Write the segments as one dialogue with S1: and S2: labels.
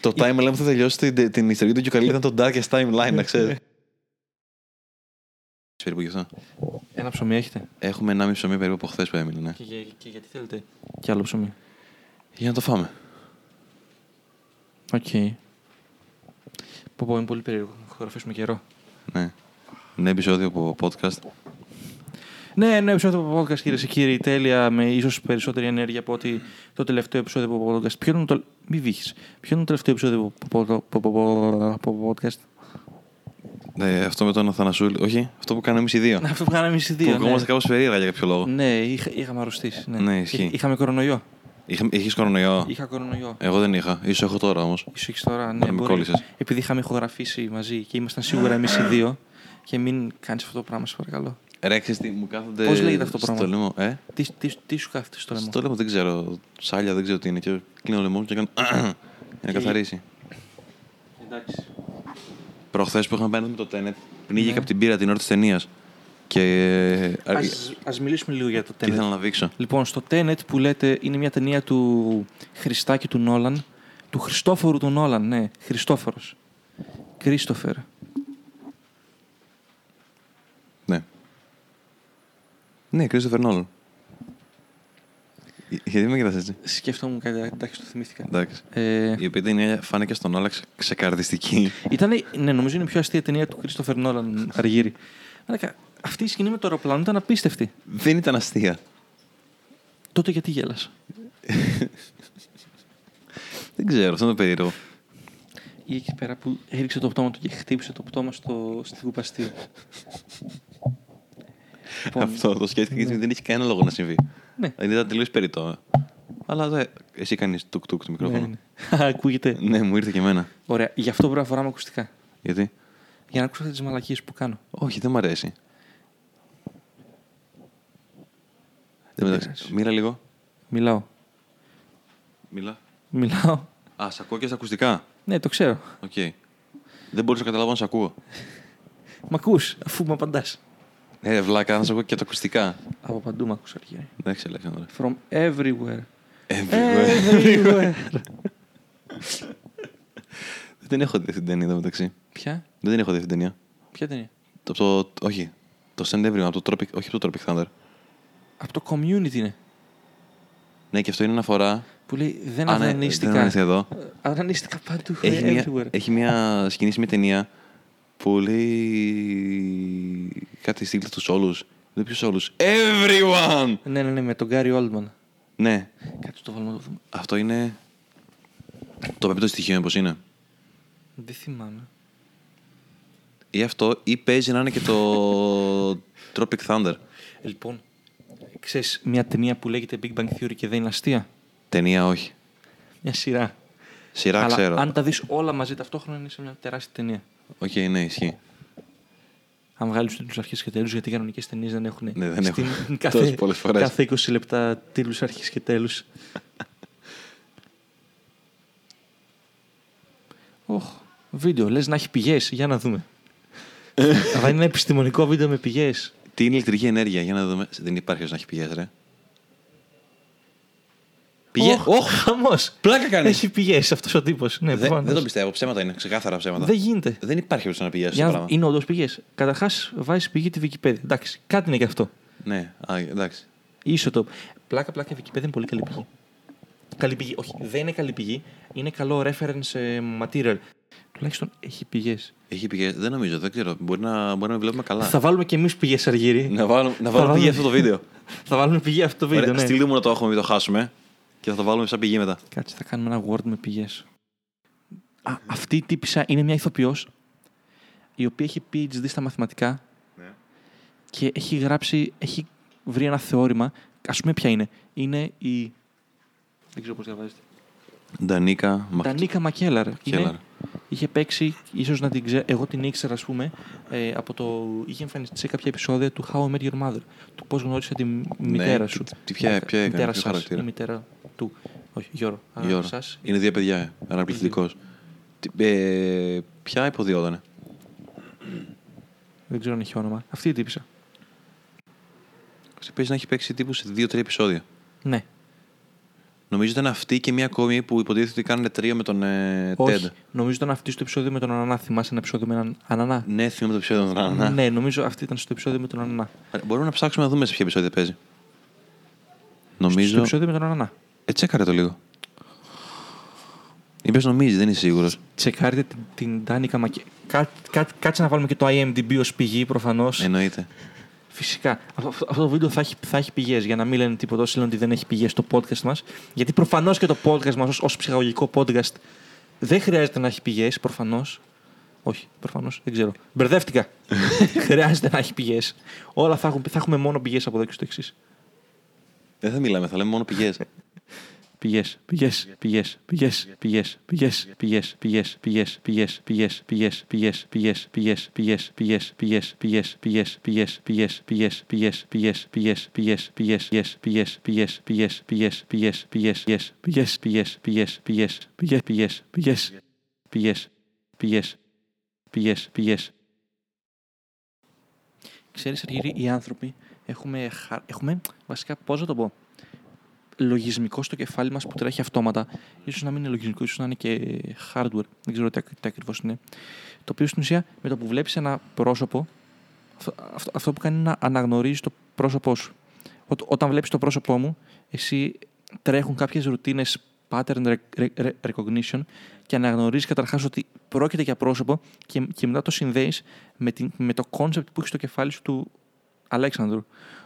S1: Το timeline που θα τελειώσει την, την ιστορία του Γιουκαλίλη ήταν το darkest timeline, να ξέρεις. περίπου γι' αυτό.
S2: Ένα ψωμί έχετε.
S1: Έχουμε 1,5 ψωμί περίπου από χθες που έμεινε. Ναι.
S2: Και, για- και γιατί θέλετε. Και άλλο ψωμί.
S1: Για να το φάμε.
S2: Οκ. Πω πω, είναι πολύ περίεργο. Θα χωραφίσουμε καιρό.
S1: Ναι. Νέο επεισόδιο από podcast.
S2: Ναι, ναι, επεισόδιο από podcast, κυρίες και κύριοι. Τέλεια, με ίσως περισσότερη ενέργεια από ότι το τελευταίο επεισόδιο από podcast. Ποιο είναι το. Μην βύχει. Ποιο είναι το τελευταίο επεισόδιο από- από- από- από podcast.
S1: Ε, αυτό με τον Αθανασούλη. Όχι, αυτό που κάναμε εμείς οι δύο.
S2: Αυτό Ναι. που κάναμε εμείς οι
S1: που
S2: δύο. ναι.
S1: κόμαστε κάπως περίεργα για κάποιο λόγο.
S2: Ναι, είχα- είχαμε αρρωστήσει. Ναι,
S1: Ναι, ισχύει.
S2: Είχα- Είχαμε κορονοϊό.
S1: Είχες κορονοϊό.
S2: Είχα κορονοϊό.
S1: Εγώ δεν είχα. σω έχω τώρα όμως.
S2: Ίσως έχεις τώρα, ναι,
S1: Να μην
S2: μπορεί.
S1: κόλλησες.
S2: Επειδή είχαμε ηχογραφήσει μαζί και ήμασταν σίγουρα εμείς οι δύο. Και μην κάνεις αυτό το πράγμα, σε παρακαλώ.
S1: Ρε, ξέρεις τι, μου κάθονται.
S2: Πώς λέγεται αυτό το
S1: στο
S2: πράγμα.
S1: λαιμό. Ε?
S2: Τι, τι, τι σου κάθεται στο λαιμό.
S1: Στο λαιμό δεν ξέρω. Σάλια δεν ξέρω τι είναι. Και κλείνω το λαιμό μου και κάνω. για να
S2: Και-
S1: καθαρίσει.
S2: Εντάξει.
S1: Προχθές που είχαμε πάει με το Tenet, πνίγηκε
S2: Ναι.
S1: από την πύρα την ώρα της ταινίας. Και. ε,
S2: Ας, ας μιλήσουμε λίγο για το
S1: Τι ήθελα
S2: Tenet.
S1: να δείξω.
S2: Λοιπόν, στο Tenet που λέτε είναι μια ταινία του Χριστάκη του Νόλαν. Του Χριστόφορου του Νόλαν, ναι. Χριστόφορος. Κρίστοφερ.
S1: Ναι. Ναι, Κρίστοφερ Νόλαν. Γιατί με κοιτάς έτσι.
S2: Σκέφτομαι κάτι, εντάξει, το θυμήθηκα.
S1: Εντάξει.
S2: Ε,
S1: Η οποία ταινία φάνηκε στον Όλα ξεκαρδιστική.
S2: Ήτανε, ναι, νομίζω είναι η πιο αστεία ταινία του Κρίστοφερ Νόλαν Αργύρι. Μαλάκα, αυτή η σκηνή με το αεροπλάνο ήταν απίστευτη.
S1: Δεν ήταν αστεία.
S2: Τότε γιατί γέλασα.
S1: Δεν ξέρω, αυτό είναι το περίεργο.
S2: Ή εκεί πέρα που έριξε το πτώμα του και χτύπησε το πτώμα στο, στην κουπαστή. Λοιπόν.
S1: Αυτό το σκέφτηκα γιατί δεν είχε κανένα λόγο να συμβεί.
S2: Ναι.
S1: Δηλαδή ήταν τελείως περιττό. Αλλά δε, εσύ κάνεις τουκ-τουκ το
S2: ναι,
S1: μικρόφωνο.
S2: ναι. Ακούγεται.
S1: Ναι, μου ήρθε και εμένα.
S2: Ωραία. Γι' αυτό πρέπει να φοράμε ακουστικά.
S1: Γιατί.
S2: Για να ακούσω αυτές τις μαλακίες που κάνω.
S1: Όχι, δεν μ' αρέσει. Δεν μεταξύ.
S2: πειράζει.
S1: Μίλα λίγο.
S2: Μιλάω.
S1: Μιλά.
S2: Μιλάω.
S1: Α, σ' ακούω και στα ακουστικά.
S2: Ναι, το ξέρω.
S1: Οκ. Δεν μπορούσα να καταλάβω αν σ' ακούω.
S2: Μ' ακούς, αφού μου απαντάς.
S1: Ε, βλάκα, να σ' ακούω και τα ακουστικά.
S2: Από παντού μ' ακούσα, Αργύρι.
S1: Εντάξει, Αλέξανδρα.
S2: From everywhere.
S1: Everywhere.
S2: Ε. Everywhere.
S1: Δεν έχω δει αυτή την ταινία εδώ μεταξύ.
S2: Ποια?
S1: Δεν την έχω δει αυτή την ταινία.
S2: Ποια ταινία?
S1: Το, το, όχι. Το Send Everyone, από το Tropic, όχι από το Tropic Thunder.
S2: Από το community είναι.
S1: Ναι, και αυτό είναι αναφορά.
S2: Που λέει δεν
S1: Α, ναι,
S2: αδανίστηκα.
S1: δεν αδανίστηκα εδώ.
S2: Ε, Αδανίστηκα παντού.
S1: Έχει
S2: ε,
S1: μια,
S2: everywhere.
S1: έχει μια σκηνή σε μια ταινία που λέει κάτι στείλτε τους όλους. Δεν ποιους όλους. Everyone!
S2: Ναι, ναι, ναι, με τον Γκάρι Oldman.
S1: Ναι,
S2: Κάτσε το βάλουμε να το δούμε.
S1: αυτό είναι το πέμπτο στοιχείο όπως είναι.
S2: Δεν θυμάμαι.
S1: Ή αυτό ή παίζει να είναι και το Tropic Thunder.
S2: Λοιπόν, ξέρεις μια ταινία που λέγεται Big Bang Theory και δεν είναι αστεία.
S1: Ταινία όχι.
S2: Μια σειρά.
S1: Σειρά
S2: Αλλά
S1: ξέρω.
S2: αν τα δεις όλα μαζί ταυτόχρονα είναι σε μια τεράστια ταινία.
S1: Οκ, ναι, ισχύει.
S2: Αν βγάλεις τίτλου αρχή και τέλους, γιατί οι κανονικές ταινίες δεν έχουν.
S1: Ναι, δεν
S2: στην-
S1: έχουν. Τόσες
S2: κάθε,
S1: πολλές φορές.
S2: κάθε 20 λεπτά τίτλους αρχή και τέλους. Οχ, βίντεο. Λες να έχει πηγές. Για να δούμε. Αλλά είναι ένα επιστημονικό βίντεο με πηγές.
S1: Τι είναι ηλεκτρική ενέργεια, για να δούμε. Δεν υπάρχει ως να έχει πηγές, ρε. Πηγέ...
S2: Οχ, χαμός.
S1: πλάκα κάνεις.
S2: Έχει πηγές αυτός ο τύπος. Ναι,
S1: Δεν,
S2: προφανώς.
S1: δεν το πιστεύω. Ψέματα είναι. Ξεκάθαρα ψέματα.
S2: Δεν γίνεται.
S1: Δεν υπάρχει περίπτωση να πηγαίνει
S2: Για
S1: αυτό
S2: να
S1: το
S2: δω-
S1: πράγμα.
S2: είναι όντως πηγές. Καταρχάς, βάζει πηγή τη Wikipedia. Εντάξει, κάτι είναι και αυτό.
S1: Ναι, α, εντάξει.
S2: Ίσο το. Πλάκα, πλάκα, η Wikipedia είναι πολύ καλή πηγή. Καλή πηγή. Όχι, δεν είναι καλή πηγή. Είναι καλό reference ε, material. Τουλάχιστον έχει πηγές.
S1: Έχει πηγές. Δεν νομίζω, δεν ξέρω. Μπορεί να, μπορεί να βλέπουμε καλά.
S2: Θα βάλουμε και εμείς πηγές, Αργύρι.
S1: Να βάλουμε, να βάλουμε
S2: βάλουμε-
S1: πηγή αυτό το βίντεο.
S2: θα βάλουμε πηγή αυτό το βίντεο.
S1: Ωραία,
S2: Ναι.
S1: Στείλτε μου να το έχουμε, μην το χάσουμε. Και θα το βάλουμε σαν πηγή μετά.
S2: Κάτσε, θα κάνουμε ένα word με πηγές. Αυτή η τύπησα είναι μια ηθοποιός η οποία έχει PhD στα μαθηματικά
S1: Ναι.
S2: και έχει γράψει, έχει βρει ένα θεώρημα. Ας πούμε, ποια είναι. Είναι η. Δεν ξέρω πώς διαβάζεται.
S1: Ντανίκα,
S2: Τα
S1: Μαχ-
S2: Νίκα Μακέλαρ.
S1: Μακέλαρ.
S2: Είναι- Είχε παίξει, ίσως να την ξέρω, εγώ την ήξερα, ας πούμε, ε, από το. Είχε εμφανιστεί σε κάποια επεισόδια του How I Met Your Mother. Του πώς γνώρισε τη μ- μητέρα σου.
S1: Ναι,
S2: Ε,
S1: τι- τι- ποια- ποια έκανε,
S2: μητέρα
S1: ποιο
S2: σας,
S1: χαρακτήρα.
S2: Η μητέρα του. Όχι, Γιώργο. άρα
S1: Γιώργο.
S2: σας.
S1: Είναι δύο παιδιά. Αναπληκτικό. Ε, ποια υποδιότανε.
S2: Δεν ξέρω αν έχει όνομα. Αυτή η τύπησα.
S1: Παίζει να έχει παίξει τύπου σε δύο-τρία επεισόδια.
S2: Ναι.
S1: Νομίζω ήταν αυτή και μία ακόμη που υποτίθεται ότι κάνουν τρία με τον ε,
S2: Όχι.
S1: Ted.
S2: Νομίζω ήταν αυτή στο επεισόδιο με τον Ανανά. Θυμάσαι ένα επεισόδιο με έναν Ανανά.
S1: Ναι, θυμάμαι το επεισόδιο με τον Ανανά.
S2: Ναι, νομίζω αυτή ήταν στο επεισόδιο με τον Ανανά.
S1: Μπορούμε να ψάξουμε να δούμε σε ποια επεισόδια παίζει.
S2: Στο
S1: Νομίζω.
S2: επεισόδιο με τον Ανανά.
S1: Ε, τσέκαρε το λίγο. Είπε νομίζει, δεν είσαι σίγουρος.
S2: Τσεκάρετε την, την Ντάνικα Μακέ. Κά, κά- κάτσε να βάλουμε και το IMDb ως πηγή προφανώς.
S1: Εννοείται.
S2: Φυσικά. Αυτό, αυτό- αυτό το βίντεο θα έχει, θα έχει πηγές για να μην λένε τίποτα όσοι λένε ότι δεν έχει πηγές το podcast μας. Γιατί προφανώς και το podcast μας ως ψυχαγωγικό podcast δεν χρειάζεται να έχει πηγές, προφανώς. Όχι, προφανώς, δεν ξέρω. Μπερδεύτηκα. χρειάζεται να έχει πηγές. Όλα θα, έχουν, θα έχουμε μόνο πηγές από εδώ και στο εξής.
S1: Δεν θα μιλάμε, θα λέμε μόνο πηγές.
S2: Πηγές, πηγές, πηγές, πηγές, πηγές, πηγές, πηγές, πηγές, πηγές, πηγές, πηγές, πηγές, πηγές, πηγές, πηγές, πηγές, πηγές, πηγές, πηγές, πηγές, πηγές, πηγές, πηγές, πηγές, πηγές, πηγές, πηγές, πηγές, πηγές, πηγές, πηγές, πηγές, πηγές, πηγές, πηγές, πηγές, πηγές, πηγές, πηγές, πηγές, πηγές, πηγές, πηγές, πηγές, πηγές. Ξέρεις, Αργύρη, οι άνθρωποι έχουμε, χα- έχουμε βασικά, πώς να το πω, λογισμικό στο κεφάλι μας που τρέχει αυτόματα. Ίσως να μην είναι λογισμικό, ίσως να είναι και hardware. Δεν ξέρω τι, ακ- τι ακριβώς είναι. Το οποίο στην ουσία με το που βλέπεις ένα πρόσωπο, αυτό, αυτό- αυτό που κάνει είναι να αναγνωρίζεις το πρόσωπό σου. Ό, όταν βλέπεις το πρόσωπό μου, εσύ τρέχουν κάποιες ρουτίνες pattern rec- rec- rec- recognition και αναγνωρίζεις καταρχάς ότι πρόκειται για πρόσωπο και, και μετά το συνδέεις με, την, με το concept που έχει στο κεφάλι σου του Αλέξανδρου.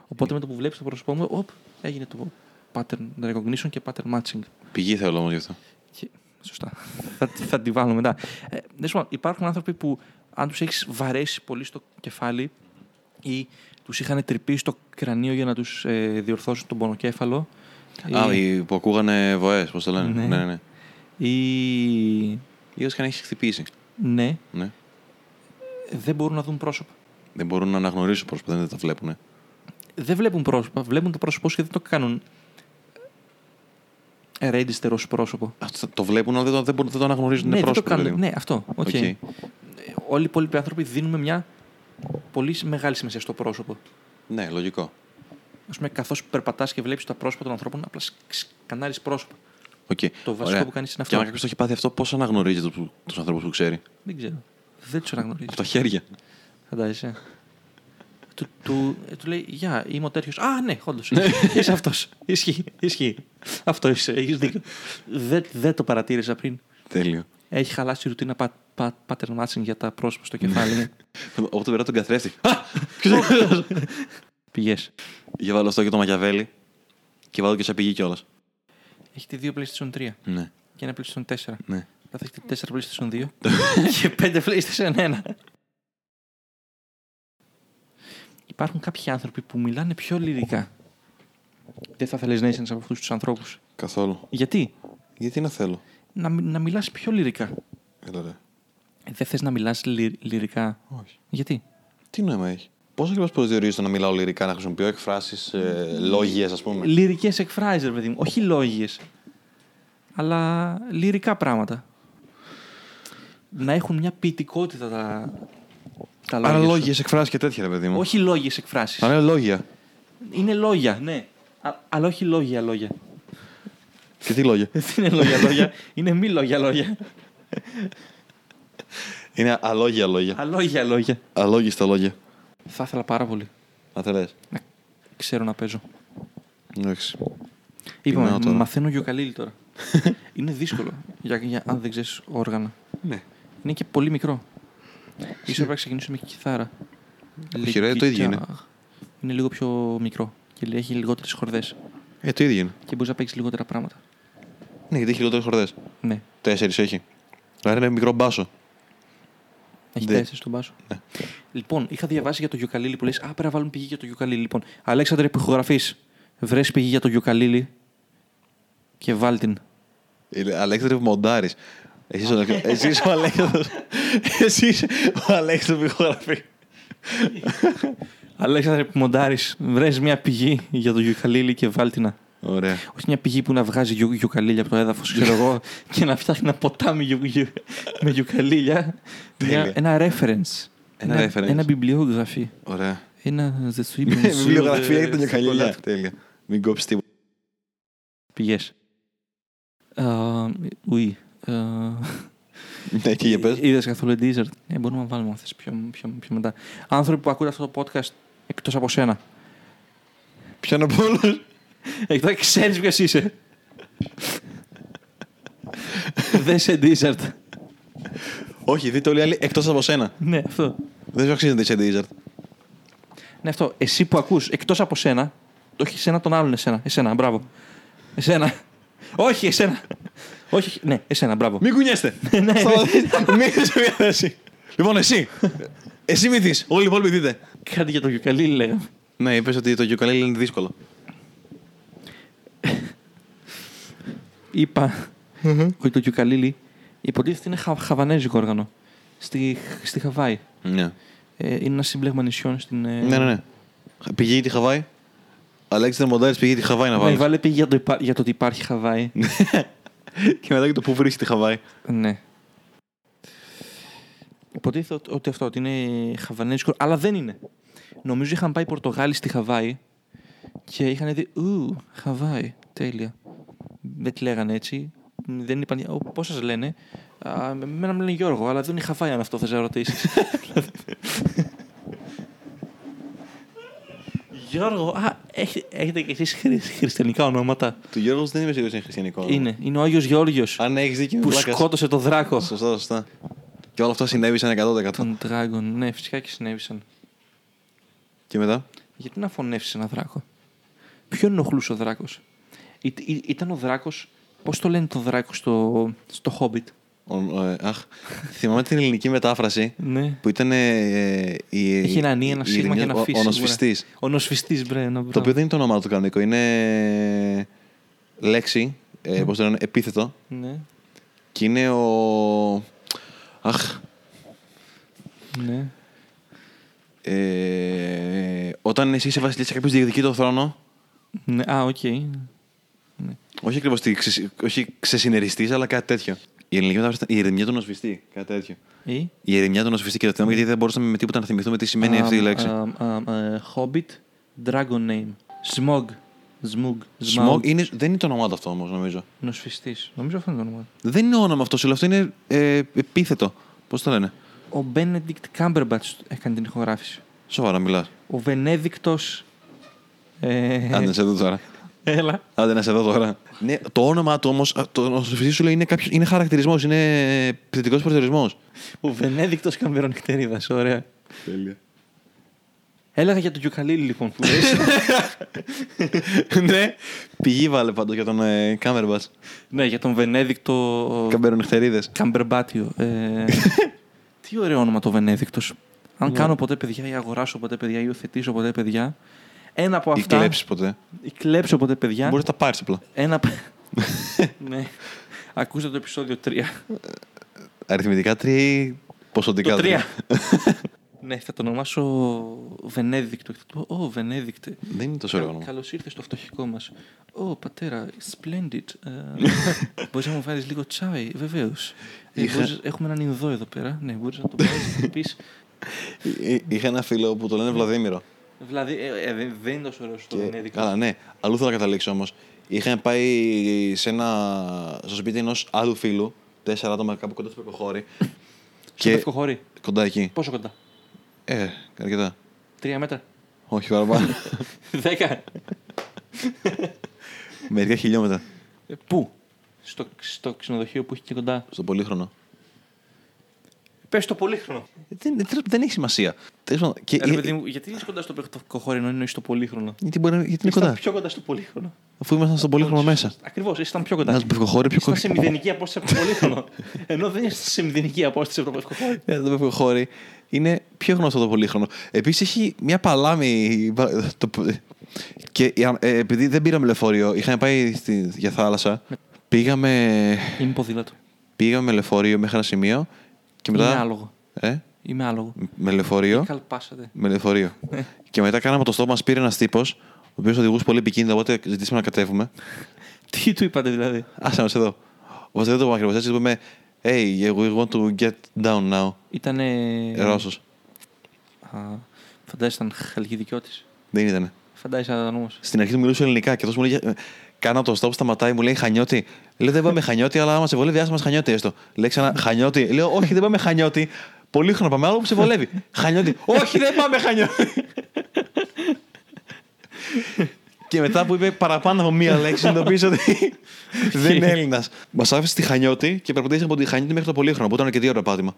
S2: Οπότε με το που βλέπεις το πρόσωπό μου, οπ, έγινε το pattern recognition και pattern matching.
S1: Πηγή θέλω όμως γι' αυτό.
S2: Και- Σωστά. θα, θα τη βάλω μετά. Ε, δεν σου πω, υπάρχουν άνθρωποι που αν τους έχεις βαρέσει πολύ στο κεφάλι ή τους είχαν τρυπήσει το κρανίο για να τους ε, διορθώσουν τον πονοκέφαλο
S1: Α,
S2: ή,
S1: οι που ακούγανε βοές, πώς το λένε.
S2: Ε. Ναι.
S1: Ναι, ναι.
S2: ή-
S1: Ή όσοι είχαν έχεις χτυπήσει.
S2: ναι,
S1: Ναι.
S2: δεν μπορούν να δουν πρόσωπα.
S1: Δεν μπορούν να αναγνωρίσουν πρόσωπα, δεν τα βλέπουν.
S2: Δεν βλέπουν πρόσωπα, βλέπουν το πρόσωπό σου και δεν το κάνουν ε, register ως πρόσωπο.
S1: Αυτό το βλέπουν, αλλά δεν το, δεν μπορούν, δεν το αναγνωρίζουν.
S2: ναι,
S1: είναι
S2: δεν το
S1: πρόσωπο.
S2: κάνουν.
S1: δηλαδή.
S2: Ναι, αυτό. οκ.
S1: Οκ.
S2: Ε, Όλοι οι υπόλοιποι άνθρωποι δίνουμε μια πολύ μεγάλη σημασία στο πρόσωπο.
S1: ναι, λογικό.
S2: Ας πούμε, καθώς περπατάς και βλέπεις τα πρόσωπα των ανθρώπων, απλά σκανάρει πρόσωπα.
S1: Οκ.
S2: Το βασικό που κάνεις είναι αυτό. Ε.
S1: Και αν κάποιος το έχει πάθει αυτό, πώς αναγνωρίζει τους ανθρώπους που ξέρει.
S2: Δεν ξέρω. Δεν τους αναγνωρίζει.
S1: Από τα χέρια.
S2: Φαντάζεσαι. ε. του, του, ε, του λέει, Γεια, είμαι ο τέτοιος. Α, ναι, όντως. είσαι αυτός. Ισχύει. Ισχύει. αυτό είσαι. Έχεις δίκιο. δεν, δεν το παρατήρησα πριν.
S1: Τέλειο.
S2: Έχει χαλάσει η ρουτίνα πα, πα, pattern matching για τα πρόσωπα στο κεφάλι.
S1: Όποτε περνάω τον καθρέφτη.
S2: Πηγές.
S1: Για βάλω αυτό και το Μακιαβέλη. Και βάλω και σε πηγή κιόλας.
S2: Έχετε δύο PlayStation 3
S1: Ναι,
S2: και ένα PlayStation 4.
S1: ναι.
S2: Θα έχετε 4 PlayStation 2 και 5 PlayStation 1. Υπάρχουν κάποιοι άνθρωποι που μιλάνε πιο λυρικά. Δεν θα θέλεις να είσαι ένας από αυτούς τους ανθρώπους.
S1: Καθόλου.
S2: Γιατί?
S1: Γιατί να θέλω.
S2: Να, μι- να μιλάς πιο λυρικά.
S1: Έλα ρε.
S2: Δεν θες να μιλάς λυ- λυρικά.
S1: Όχι.
S2: Γιατί?
S1: Τι νόημα έχει. Πώς ακριβώς προσδιορίζεις το να μιλάω λυρικά, να χρησιμοποιώ εκφράσεις, ε, λόγιες, ας πούμε.
S2: Λυρικές εκφράσεις, ρε παιδί μου. Όχι λόγιες. Αλλά λυρικά πράγματα. Να έχουν μια ποιητικότητα τα, τα λόγια.
S1: Άρα
S2: σου.
S1: λόγιες, εκφράσεις και τέτοια, ρε παιδί μου.
S2: Όχι λόγιες εκφράσεις.
S1: Άρα λόγια.
S2: Είναι λόγια, ναι. Α- αλλά όχι λόγια, λόγια.
S1: Και τι λόγια.
S2: Δεν είναι λόγια, λόγια. Είναι μη λόγια, λόγια.
S1: Είναι αλόγια λόγια.
S2: Αλόγια, λόγια.
S1: Αλόγιστα λόγια.
S2: Θα ήθελα πάρα πολύ
S1: Να τα λε.
S2: να ξέρω να παίζω.
S1: Εντάξει.
S2: Είπαμε,
S1: τώρα.
S2: μαθαίνω γιοκαλίλη τώρα. είναι δύσκολο για, για αν δεν ξέρεις όργανα.
S1: Ναι.
S2: Είναι και πολύ μικρό. Ίσως πρέπει να ξεκινήσουμε και κιθάρα.
S1: Όχι, ρε, το ίδιο είναι.
S2: Είναι λίγο πιο μικρό και έχει λιγότερες χορδές
S1: Ε, το ίδιο είναι.
S2: και μπορείς να παίξεις λιγότερα πράγματα.
S1: Ναι, γιατί έχει λιγότερες χορδές.
S2: Ναι.
S1: Τέσσερις έχει. Άρα είναι μικρό μπάσο.
S2: Έχει
S1: Δεν-
S2: τέσσερις στον πάσο.
S1: Ναι.
S2: Λοιπόν, είχα διαβάσει για το γιοκαλίλι που λες: Α, πρέπει να βάλουμε πηγή για το γιοκαλίλι. Λοιπόν, Αλέξανδρε, που ηχογραφείς, βρες πηγή για το γιοκαλίλι και βάλ την.
S1: Ε, Αλέξανδρε Μοντάρη. Εσύ είσαι ο Αλέξανδρος- εσύ είσαι ο Αλέξανδρος. Εσύ είσαι ο Αλέξανδρος που ηχογραφεί.
S2: Αλέξανδρε, που μοντάρεις, βρες μια πηγή για το γιοκαλίλι και βάλ την.
S1: Ωραία.
S2: Όχι μια πηγή που να βγάζει γιου, γιουκαλίλια από το έδαφος, ξέρω εγώ, και να φτιάχνει ένα ποτάμι γιου, γιου- με γιουκαλίλια. μια,
S1: Τέλεια.
S2: ένα reference.
S1: Ένα reference.
S2: Ένα βιβλιογραφή.
S1: Ωραία.
S2: Ένα
S1: Ναι, Βιβλιογραφία για τον
S2: ε, γιουκαλίλια.
S1: Ιωκαλίλια. Τέλεια. Μην κόψεις τίποτα.
S2: Πηγές. Ε, Oui.
S1: Ναι, και για πες.
S2: Είδες ε, καθόλου Deezer. Ε, μπορούμε να βάλουμε αν θες πιο, πιο, πιο μετά. Άνθρωποι που ακούνε αυτό το podcast εκτός από σένα. Ε,
S1: Ποιον από όλους.
S2: Εκτό ξέρεις ποιος είσαι. Δεν σε Deezer.
S1: Όχι, δείτε όλοι οι άλλοι εκτός από σένα.
S2: ναι, αυτό.
S1: Δεν σου αξίζει να είσαι Deezer.
S2: Ναι, αυτό. Εσύ που ακούς, εκτός από σένα, το όχι εσένα, τον άλλον εσένα. Εσένα, μπράβο. Εσένα. όχι, εσένα. όχι, όχι, ναι, εσένα, μπράβο.
S1: Μην κουνιέστε.
S2: ναι.
S1: Σταματήστε. Μην είσαι σε μια θέση. Λοιπόν, εσύ. Εσύ μη δεις. Όλοι οι υπόλοιποι δείτε.
S2: Κάτι για το γιουκαλίλι λέγαμε.
S1: Ναι, είπες ότι το γιουκαλέλι είναι δύσκολο.
S2: Είπα ότι το γιουκαλίλι υποτίθεται είναι χα, χαβανέζικο όργανο. Στη, στη Χαβάη.
S1: Ναι.
S2: Ε, είναι ένα σύμπλεγμα νησιών στην. ε,
S1: Ναι, ναι, ναι. Πηγαίνει τη Χαβάη. Αλέξη Τερμοντάρη πήγε τη Χαβάη να
S2: Ναι,
S1: βάλεις.
S2: βάλε πήγε για το, υπά- για το ότι υπάρχει Χαβάη.
S1: και μετά και το που βρίσκει τη Χαβάη.
S2: ναι. Υποτίθεται ότι- ότι αυτό ότι είναι χαβανέζικο, αλλά δεν είναι. Νομίζω είχαν πάει οι Πορτογάλοι στη Χαβάη και είχαν δει. Ου, Χαβάη. Τέλεια. Δεν τη λέγανε έτσι. Δεν είπαν. «Ω, Πώς σας λένε. Α, εμένα μου λένε Γιώργο, αλλά δεν είναι Χαβάη αν αυτό θες να ρωτήσεις. Γιώργο, α, έχετε, έχετε και εσείς χριστιανικά ονόματα.
S1: Του Γιώργου δεν είμαι σίγουρος είναι χριστιανικό.
S2: Είναι, είναι ο Άγιος Γεώργιος
S1: Αν έχεις δίκιο, είναι
S2: που
S1: πλάκα.
S2: σκότωσε το δράκο.
S1: Σωστά, σωστά. Και όλα αυτά συνέβησαν 100%.
S2: Τον Dragon. Ναι, φυσικά και συνέβησαν.
S1: Και μετά.
S2: Γιατί να φωνεύσεις ένα δράκο. Ποιον ενοχλούσε ο δράκος. ήταν ο δράκος. Πώς το λένε τον δράκο στο, στο Hobbit.
S1: ο- ε, Αχ. Θυμάμαι την ελληνική μετάφραση
S2: Ναι.
S1: που ήταν. ε, η-
S2: Έχει ένα νι,
S1: η
S2: ένα σίγμα και
S1: Ειρηνιά-
S2: ένα
S1: ο-
S2: φύση.
S1: Ο νοσφιστής.
S2: Ο νοσφιστή, μπρε, ένα
S1: Το οποίο
S2: μπράβο.
S1: δεν είναι το όνομά του κανονικό. Είναι λέξη, ε, πώς το λένε, επίθετο.
S2: Ναι,
S1: Και είναι ο... Αχ,
S2: ναι.
S1: ε, όταν εσύ είσαι βασιλιάς και κάποιος διεκδικεί το θρόνο,
S2: ναι. Α, οκ.
S1: όχι ακριβώς τη ξε, όχι ξεσυνεριστής, αλλά κάτι τέτοιο. Η ελληνική μετάφραση ήταν η ερημιά του νοσφιστή, κάτι τέτοιο.
S2: Ή.
S1: Η ερημιά του νοσφιστή και το θυμάμαι γιατί δεν μπορούσαμε με τίποτα να θυμηθούμε τι σημαίνει αυτή η
S2: Αμ,
S1: λέξη.
S2: αμ, αμ, ε, Hobbit, Dragon Name. Smog. Smog.
S1: Σμογ είναι, δεν είναι το όνομά του αυτό όμως νομίζω.
S2: Νοσφιστή. Νομίζω αυτό είναι το όνομα.
S1: Δεν είναι όνομα αυτός, σου λέω, αυτό είναι ε, επίθετο. Πώς το λένε.
S2: Ο Benedict Cumberbatch έκανε την ηχογράφηση.
S1: Σοβαρά μιλάς.
S2: ο Βενέδικτος... Ε,
S1: Άντε, σε δω τώρα.
S2: Έλα.
S1: Άντε να σε δω τώρα. Ναι, το όνομα του όμως, το νοσοφυσί σου λέει είναι, κάποιος, είναι χαρακτηρισμός, είναι επιθετικό προσδιορισμός.
S2: Ο Βενέδικτος Καμπερονικτερίδας, ωραία.
S1: Τέλεια.
S2: Έλεγα για τον Γιουκαλίλη λοιπόν που λες.
S1: ναι, πηγή βάλε πάντως για τον ε, Κάμερμπατ.
S2: ναι, για τον Βενέδικτο
S1: Καμπερονυχτερίδε.
S2: Καμπερμπάτιο. Ε, τι ωραίο όνομα το Βενέδικτος. Αν κάνω ποτέ παιδιά ή αγοράσω ποτέ παιδιά ή υιοθετήσω ποτέ παιδιά, ένα από
S1: Ή
S2: αυτά...
S1: κλέψεις ποτέ.
S2: ή κλέψω ποτέ παιδιά.
S1: Μπορεί να τα πάρεις απλά.
S2: Ένα... απ- ναι. Ακούστε το επεισόδιο 3.
S1: Αριθμητικά τρία ή ποσοτικά
S2: Το τρία.
S1: τρία.
S2: ναι, θα το ονομάσω Βενέδικτο. Και Θα του πω, Ω, Βενέδικτε.
S1: Δεν είναι τόσο ωραίο όνομα.
S2: Καλώς ήρθες στο φτωχικό μας. Ω, πατέρα, splendid. Μπορείς να μου βάλεις λίγο τσάι, βεβαίως.
S1: Είχα-
S2: Έχουμε έναν Ινδό εδώ πέρα. Ναι, μπορείς να το πάρεις και πει.
S1: Ε, ε, Είχα ένα φίλο που το λένε Βλαδίμηρο.
S2: Δηλαδή, ε, ε, δεν- δεν είναι τόσο ωραίο στο
S1: Και-
S2: Βενέδικτο.
S1: Καλά, ναι. Αλλού θέλω να καταλήξω όμως. Είχαμε πάει σε ένα, στο σπίτι ενός άλλου φίλου, τέσσερα άτομα κάπου κοντά στο Πεκοχώρι.
S2: Και...
S1: και
S2: Στο χωρί.
S1: κοντά εκεί.
S2: Πόσο κοντά.
S1: Ε, αρκετά.
S2: Τρία μέτρα.
S1: Όχι παραπάνω.
S2: Δέκα.
S1: Μερικά χιλιόμετρα.
S2: Ε, Πού. Στο, στο ξενοδοχείο που έχει και κοντά.
S1: Στο πολύχρονο. Ε,
S2: Πες το πολύχρονο.
S1: Δεν, δεν- δεν έχει σημασία. Τέλος πάντων, Και,
S2: Ε, ρε παιδί μου, γιατί είσαι κοντά στο πεχτοκοχώρι ενώ είναι στο πολύχρονο.
S1: γιατί, μπορεί, να- γιατί είναι
S2: Ήσταν
S1: κοντά.
S2: πιο κοντά στο πολύχρονο.
S1: Αφού ήμασταν στον πολύχρονο μέσα.
S2: Ακριβώς, ήσταν πιο κοντά.
S1: Να στο πευκοχώρι πιο
S2: Ήσταν
S1: κοντά.
S2: σε μηδενική απόσταση από το πολύχρονο. Ενώ δεν είσαι σε μηδενική απόσταση από το πευκοχώρι.
S1: Ε, Το πευκοχώρι είναι πιο γνωστό το πολύχρονο. Επίσης έχει μια παλάμη. το- Και ε, ε, επειδή δεν πήραμε λεωφορείο, είχαμε πάει στη, για θάλασσα. Πήγαμε,
S2: Είμαι ποδήλατο.
S1: πήγαμε με λεωφορείο μέχρι ένα σημείο. Και μετά.
S2: Είμαι άλογο. Ε,
S1: Ε,
S2: Είμαι άλογο.
S1: με λεωφορείο.
S2: Καλπάσατε.
S1: Με λεωφορείο. και μετά κάναμε το στόμα, μας πήρε ένας τύπος, ο οποίος οδηγούσε πολύ επικίνδυνο, οπότε ζητήσαμε να κατέβουμε.
S2: Τι του είπατε δηλαδή.
S1: Άσε μας εδώ. Οπότε δεν το είπαμε ακριβώς έτσι, του είπαμε Hey, yeah, we want to get down now.
S2: Ήτανε.
S1: Ε, Ρώσος.
S2: Α, Φαντάζεσαι ήταν χαλκιδικιώτης.
S1: Δεν ήτανε.
S2: Φαντάζεσαι να ήταν όμως.
S1: Στην αρχή του μιλούσε ελληνικά και αυτός μου λέγε Κάνω «Ε, το stop, σταματάει, μου λέει Χανιώτη. Λέω δεν πάμε Χανιώτη, αλλά άμα σε βολεύει, άσε μας Χανιώτη έστω. Λέει ξανά Χανιώτη. Λέω όχι, δεν πάμε Χανιώτη. Πολύ χρόνο πάμε, άλλο που σε βολεύει. Χανιώτη. Όχι, δεν πάμε Χανιώτη. Και μετά που είπε παραπάνω από μία λέξη, συνειδητοποίησε ότι δεν είναι Έλληνας. Μας άφησε τη Χανιώτη και περπατήσαμε από τη Χανιώτη μέχρι το Πολύχρονο, που ήταν και δύο ώρα πάτημα.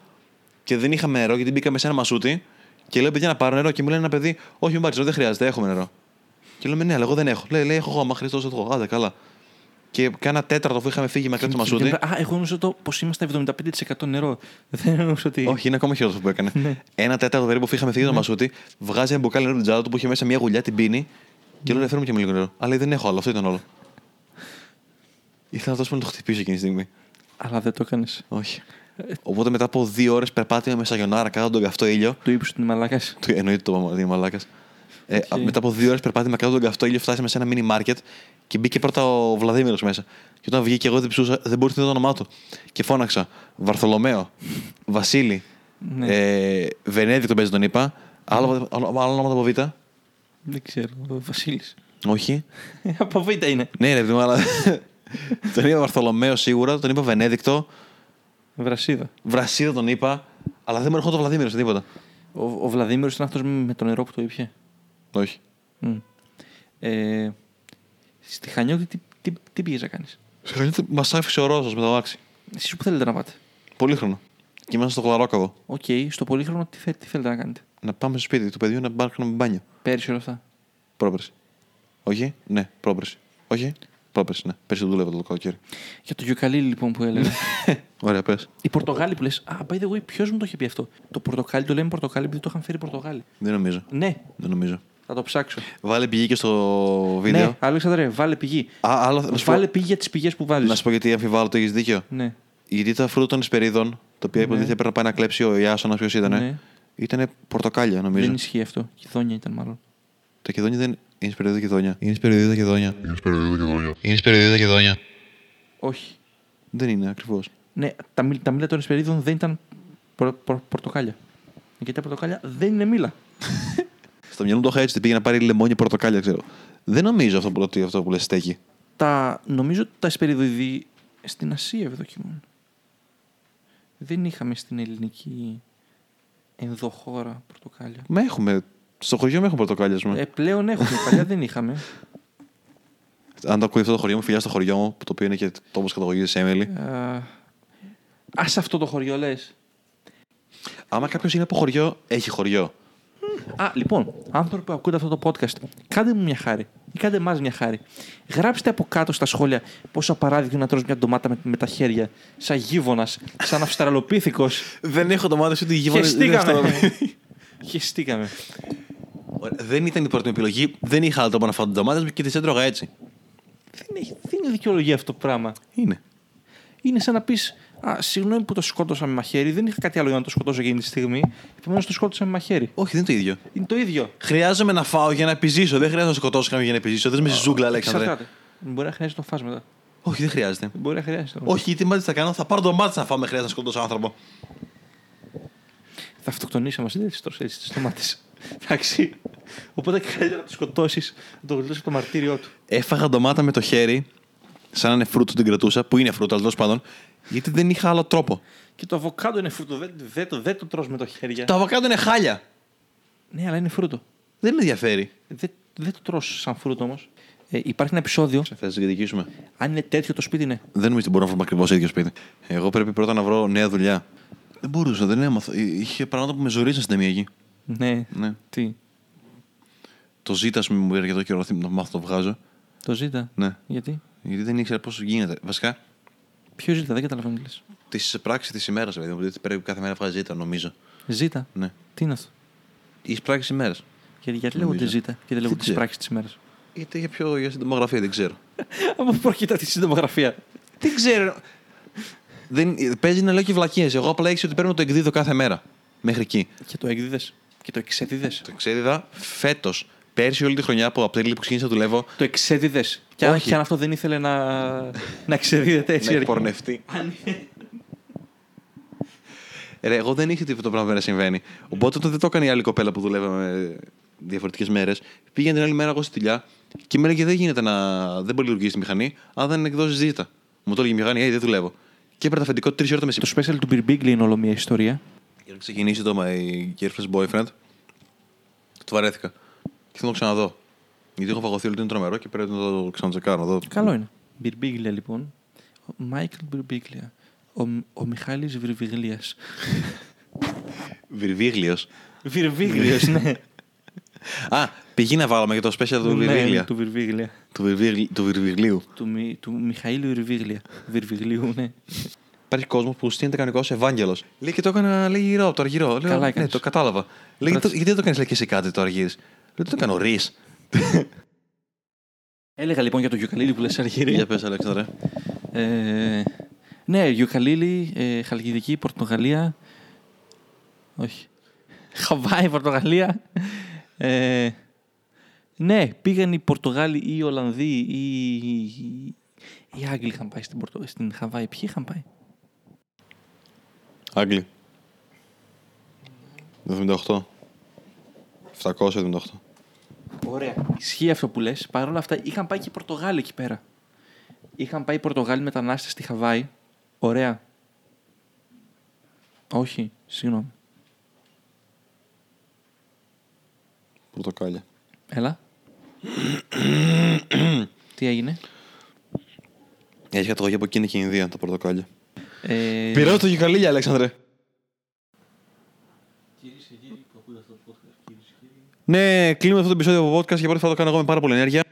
S1: Και δεν είχαμε νερό, γιατί μπήκαμε σε ένα μασούτι και λέω παιδιά να πάρω νερό. Και μου λένε ένα παιδί, Όχι, μην πάρεις νερό, δεν χρειάζεται, έχουμε νερό. Και λέμε ναι, αλλά εγώ δεν έχω. Λέει, λέει έχω εγώ, άμα Χριστό έχω. Άντε, καλά. Και κάνα τέταρτο που είχαμε φύγει μακριά από το μασούτι.
S2: Α, εγώ νόμιζα το πως είμαστε 75% νερό. Δεν νόμιζα ότι.
S1: Όχι, είναι ακόμα χειρότερο αυτό που έκανε. Ένα τέταρτο περίπου που είχαμε φύγει το μασούτι, βγάζει ένα μπουκάλι νερό του τζάτο του που είχε μέσα μια γουλιά, την πίνει και λέω να φέρουμε και με λίγο νερό. Αλλά δεν έχω άλλο, αυτό ήταν όλο. Ήθελα να δώσουμε να το χτυπήσω εκείνη τη στιγμή.
S2: Αλλά δεν το έκανες.
S1: Όχι. Οπότε μετά από δύο ώρες περπάτημα με σαγιονάρα κάτω από τον καυτό ήλιο.
S2: Του είπες ότι μαλάκας.
S1: του- Εννοείται το μαμαδί μαλάκας. Ε,
S2: Οκ.
S1: μετά από δύο ώρες περπάτημα κάτω από τον καυτό ήλιο φτάσαμε σε ένα mini market και μπήκε πρώτα ο Βλαδίμηρος μέσα. Και όταν βγήκε, εγώ δεν ψούσα, δεν μπορούσα να δω το όνομά του. Και φώναξα Βαρθολομαίο, Βασίλη,
S2: Ναι.
S1: ε, Βενέδικτο παίζει τον είπα. Άλλο, άλλο, άλλο ονόματα από Β.
S2: Δεν ξέρω. Ο Βασίλης.
S1: Όχι.
S2: Από β' είναι.
S1: Ναι, ρε παιδί μου, αλλά. τον είπα Βαρθολομαίο σίγουρα, τον είπα Βενέδικτο,
S2: Βρασίδα.
S1: Βρασίδα τον είπα, αλλά δεν μου ερχόταν ο Βλαδίμηρος σε τίποτα.
S2: Ο, ο Βλαδίμηρος ήταν αυτός με το νερό που το ήπια.
S1: Όχι.
S2: Μμ. Ε, στη Χανιώτη τι, τι, τι πήγες να κάνεις.
S1: Συγχωρείτε, μας άφησε ο Ρώσο με το αμάξι.
S2: Εσείς που θέλετε να πάτε.
S1: Πολύχρονο. Και ήμασταν στο Κλαρόκαβο.
S2: Οκ, στο πολύχρονο τι, θε, τι θέλετε να κάνετε.
S1: Να πάμε στο σπίτι του παιδιού να πάρουμε ένα μπάνιο.
S2: Πέρυσι όλα αυτά.
S1: Πρόπερση. Όχι, ναι, πρόπερση. Όχι, πρόπερση, ναι. Πέρσι δούλευα το καλοκαίρι.
S2: Για το γιουκαλίλι λοιπόν που έλεγα.
S1: Ωραία, πες.
S2: Οι Πορτογάλοι που λες. Α, by the way, ποιος μου το είχε πει αυτό. Το πορτοκάλι το λέμε πορτοκάλι επειδή το είχαν φέρει οι Πορτογάλοι.
S1: Δεν νομίζω.
S2: Ναι,
S1: Δεν νομίζω.
S2: θα το ψάξω.
S1: Βάλε πηγή και στο βίντεο.
S2: Ναι, Αλέξανδρε, βάλε πηγή.
S1: Α, άλλο, να, σου πω,
S2: Βάλε πηγή για τις πηγές που βάζεις.
S1: να σου πω γιατί αμφιβάλλω ότι έχεις δίκιο.
S2: Ναι.
S1: Γιατί τα φρούτα των Ισπερίδων, τα οποία υποτίθεται πρέπει να πάει να κλέψει ο Ιάσονας, ποιος ήταν.
S2: Ναι.
S1: Ήταν πορτοκάλια, νομίζω.
S2: Δεν ισχύει αυτό. Κιδόνια ήταν μάλλον.
S1: Τα κεδόνια δεν. Είναι σπεριδίδα κεδόνια. Είναι σπεριδίδα κεδόνια. Είναι σπεριδίδα κεδόνια. Είναι σπεριδίδα κεδόνια.
S2: Όχι.
S1: Δεν είναι ακριβώς.
S2: Ναι, τα, μήλ- τα μήλα των Εσπερίδων δεν ήταν πορ, πορ, πορτοκάλια. Γιατί τα πορτοκάλια δεν είναι μήλα.
S1: Στο μυαλό μου το είχα έτσι, ότι πήγε να πάρει λεμόνια πορτοκάλια, ξέρω. Δεν νομίζω αυτό που, ότι αυτό που λες στέκει.
S2: Τα, νομίζω ότι τα Εσπεριδοειδή στην Ασία ευδοκιμούν. Δεν είχαμε στην ελληνική ενδοχώρα πορτοκάλια.
S1: Μα έχουμε. Στο χωριό μου έχουν πορτοκάλια, ας πούμε.
S2: Ε, πλέον έχουμε, παλιά δεν είχαμε.
S1: Αν το ακούει αυτό το χωριό μου, φιλιά στο χωριό μου, που το οποίο είναι και τόπος καταγωγής της Έμιλι.
S2: Α Ε, ας αυτό το χωριό λες.
S1: Άμα κάποιος είναι από χωριό, έχει χωριό.
S2: Α, λοιπόν, άνθρωποι που ακούτε αυτό το podcast, κάντε μου μια χάρη. Ή κάντε εμά μια χάρη. Γράψτε από κάτω στα σχόλια πόσο απαράδεκτο είναι να τρως μια ντομάτα με, με τα χέρια. Σαν γίβονα, σαν αυστραλοπίθηκος.
S1: Δεν έχω το μάτι σου ότι
S2: Χεστήκαμε. Χεστήκαμε.
S1: Δεν ήταν η πρώτη μου επιλογή. Δεν είχα άλλο τρόπο να φάω την ντομάτα μου και τις έτρωγα έτσι.
S2: δεν, έχει, δεν είναι δικαιολογία αυτό το πράγμα.
S1: Είναι.
S2: Είναι σαν να πεις Συγγνώμη που το σκότωσα με μαχαίρι, δεν είχα κάτι άλλο για να το σκοτώσω εκείνη τη στιγμή. Επομένω το σκότωσα με μαχαίρι.
S1: Όχι, δεν είναι το ίδιο.
S2: Είναι το ίδιο.
S1: Χρειάζομαι να φάω για να επιζήσω. Δεν χρειάζεται να σκοτώσω κάποιον για να επιζήσω. Δεν με ζούγκλα, Αλέξανδρε.
S2: Εξαρτάται. Μπορεί να χρειάζεται το φας μετά.
S1: Όχι, δεν χρειάζεται.
S2: Μπορεί να χρειάζεται.
S1: Όχι, γιατί μάτι θα κάνω, θα πάρω το μάτι να φάμε. Χρειάζεται να σκοτώσω άνθρωπο.
S2: Θα αυτοκτονήσαμε σε τέτοιε τόσε έτσι τι ντομάτε. Εντάξει. Οπότε καλύτερα να το σκοτώσεις, να το γλιτώσεις από το μαρτύριό του.
S1: Έφαγα ντομάτα με το χέρι, σαν να είναι φρούτο την κρατούσα, που είναι φρούτο, αλλά τέλος πάντων, γιατί δεν είχα άλλο τρόπο.
S2: Και το αβοκάντο είναι φρούτο. Δεν, δεν, το, δεν το τρως με το χέρια.
S1: Το αβακάντο είναι χάλια.
S2: Ναι, αλλά είναι φρούτο.
S1: Δεν με ενδιαφέρει.
S2: Δεν, δεν το τρως σαν φρούτο όμως. Ε, υπάρχει ένα επεισόδιο.
S1: Θα σα διεκδικήσουμε.
S2: Αν είναι τέτοιο το σπίτι, ναι.
S1: Δεν νομίζω ότι μπορούμε να βρούμε ακριβώ ίδιο σπίτι. Εγώ πρέπει πρώτα να βρω νέα δουλειά. Δεν μπορούσα, δεν έμαθα. Ε, Είχε πράγματα που με ζωρίσαν στην ταινία εκεί.
S2: Ναι.
S1: Ναι.
S2: Τι.
S1: Το ζήτα μου πήρε αρκετό καιρό να μάθω να το βγάζω.
S2: Το ζήτα.
S1: Ναι.
S2: Γιατί.
S1: Γιατί δεν ήξερα πώς γίνεται. Βασικά,
S2: Ποιος ζήτα, δεν καταλαβαίνω τι λες.
S1: τη πράξη της ημέρας, δηλαδή. γιατί Πρέπει κάθε μέρα να βγάζει ζήτα, νομίζω.
S2: Ζήτα.
S1: Ναι.
S2: Τι είναι αυτό.
S1: Τη πράξη ημέρα.
S2: Γιατί, γιατί
S1: Νομίζω.
S2: λέγονται ζήτα και δεν λέγονται τις
S1: ξέρω.
S2: πράξεις της ημέρας.
S1: Είτε για πιο για συντομογραφία, δεν ξέρω.
S2: Από πρόκειται τη συντομογραφία.
S1: δεν ξέρω. Δεν, παίζει να λέω και βλακίες. Εγώ απλά ήξερα ότι παίρνω το εκδίδω κάθε μέρα. Μέχρι εκεί.
S2: Και το εκδίδες. Και το εξέδιδες.
S1: Το εξέδιδα φέτος. Πέρσι όλη τη χρονιά που από τέλη που ξεκίνησα να δουλεύω.
S2: Το εξέδιδες. Και, αν-
S1: Όχι.
S2: και αν αυτό δεν ήθελε να, να εξεδίδεται έτσι.
S1: Να
S2: ρε.
S1: εκπορνευτεί.
S2: Αν-
S1: Ρε, εγώ δεν ήξερα τι αυτό το πράγμα να συμβαίνει. Οπότε τότε δεν το έκανε η άλλη κοπέλα που δουλεύαμε διαφορετικές μέρες. Πήγαινε την άλλη μέρα εγώ στη δουλειά και μου έλεγε: Δεν γίνεται να. Δεν μπορεί να λειτουργήσει τη μηχανή, αν δεν εκδώσει ζήτα. Μου το έλεγε η μηχανή, Ε, δεν δουλεύω. Και έπαιρνα αφεντικό τρεις ώρες το μεσημέρι.
S2: Το special του Beer Bigley είναι όλο μια ιστορία.
S1: Για να ξεκινήσει το My Girlfriend's Boyfriend, του βαρέθηκα. Και θέλω να το ξαναδώ. Γιατί έχω φαγωθεί όλο είναι τρομερό και πρέπει να το ξανατσεκάρω. να δω.
S2: Καλό είναι. Μπυρμπίγλια λοιπόν. Ο Μάικλ Μπυρμπίγλια. Ο, ο Μιχάλης Βιρβιγλίας.
S1: Βιρβίγλιος.
S2: Βιρβίγλιος, ναι.
S1: Α, πηγή να βάλαμε για το special του
S2: ναι,
S1: Βιρβίγλια.
S2: του Βιρβίγλια.
S1: Του, Βιρβίγλι- του Βιρβιγλίου.
S2: Του, Μι- του Μιχαήλ Βιρβίγλια. Βιρβιγλίου, ναι.
S1: Υπάρχει κόσμος που στείνεται κανονικό Ευάγγελος. Λέει και το έκανα, λέει γυρό από το αργυρό. Λέω,
S2: Καλά
S1: ναι,
S2: έκανες.
S1: το κατάλαβα. Λέει,
S2: Μπράβο.
S1: «Το- γιατί δεν το κάνεις λέει και εσύ κάτι το αργύρι. Λέω, το κάνω ρη.
S2: Έλεγα λοιπόν για το Γιουκαλίλη που λες Αργύρι.
S1: Για πες, Αλέξανδρε.
S2: Ε, ναι, Γιουκαλίλη, ε, Χαλκιδική, Πορτογαλία. Όχι. Χαβάη, Πορτογαλία. Ε, ναι, πήγαν οι Πορτογάλοι ή οι Ολλανδοί ή οι- οι Άγγλοι είχαν πάει στην, Πορτο... στην Χαβάη. Ποιοι είχαν πάει.
S1: Άγγλοι. 78. 778.
S2: Ωραία. Ισχύει αυτό που λες. Παρ' όλα αυτά είχαν πάει και οι Πορτογάλοι εκεί πέρα. Είχαν πάει οι Πορτογάλοι μετανάστες στη Χαβάη. Ωραία. Όχι, συγγνώμη.
S1: Πορτοκάλια.
S2: Έλα. Τι έγινε.
S1: Έχει καταγωγή από εκείνη και η Ινδία τα πορτοκάλια.
S2: Ε,
S1: Πειράζει το γυκαλίλια, Αλέξανδρε. Ναι, κλείνουμε αυτό το επεισόδιο από podcast για πρώτη φορά το κάνω εγώ με πάρα πολύ ενέργεια.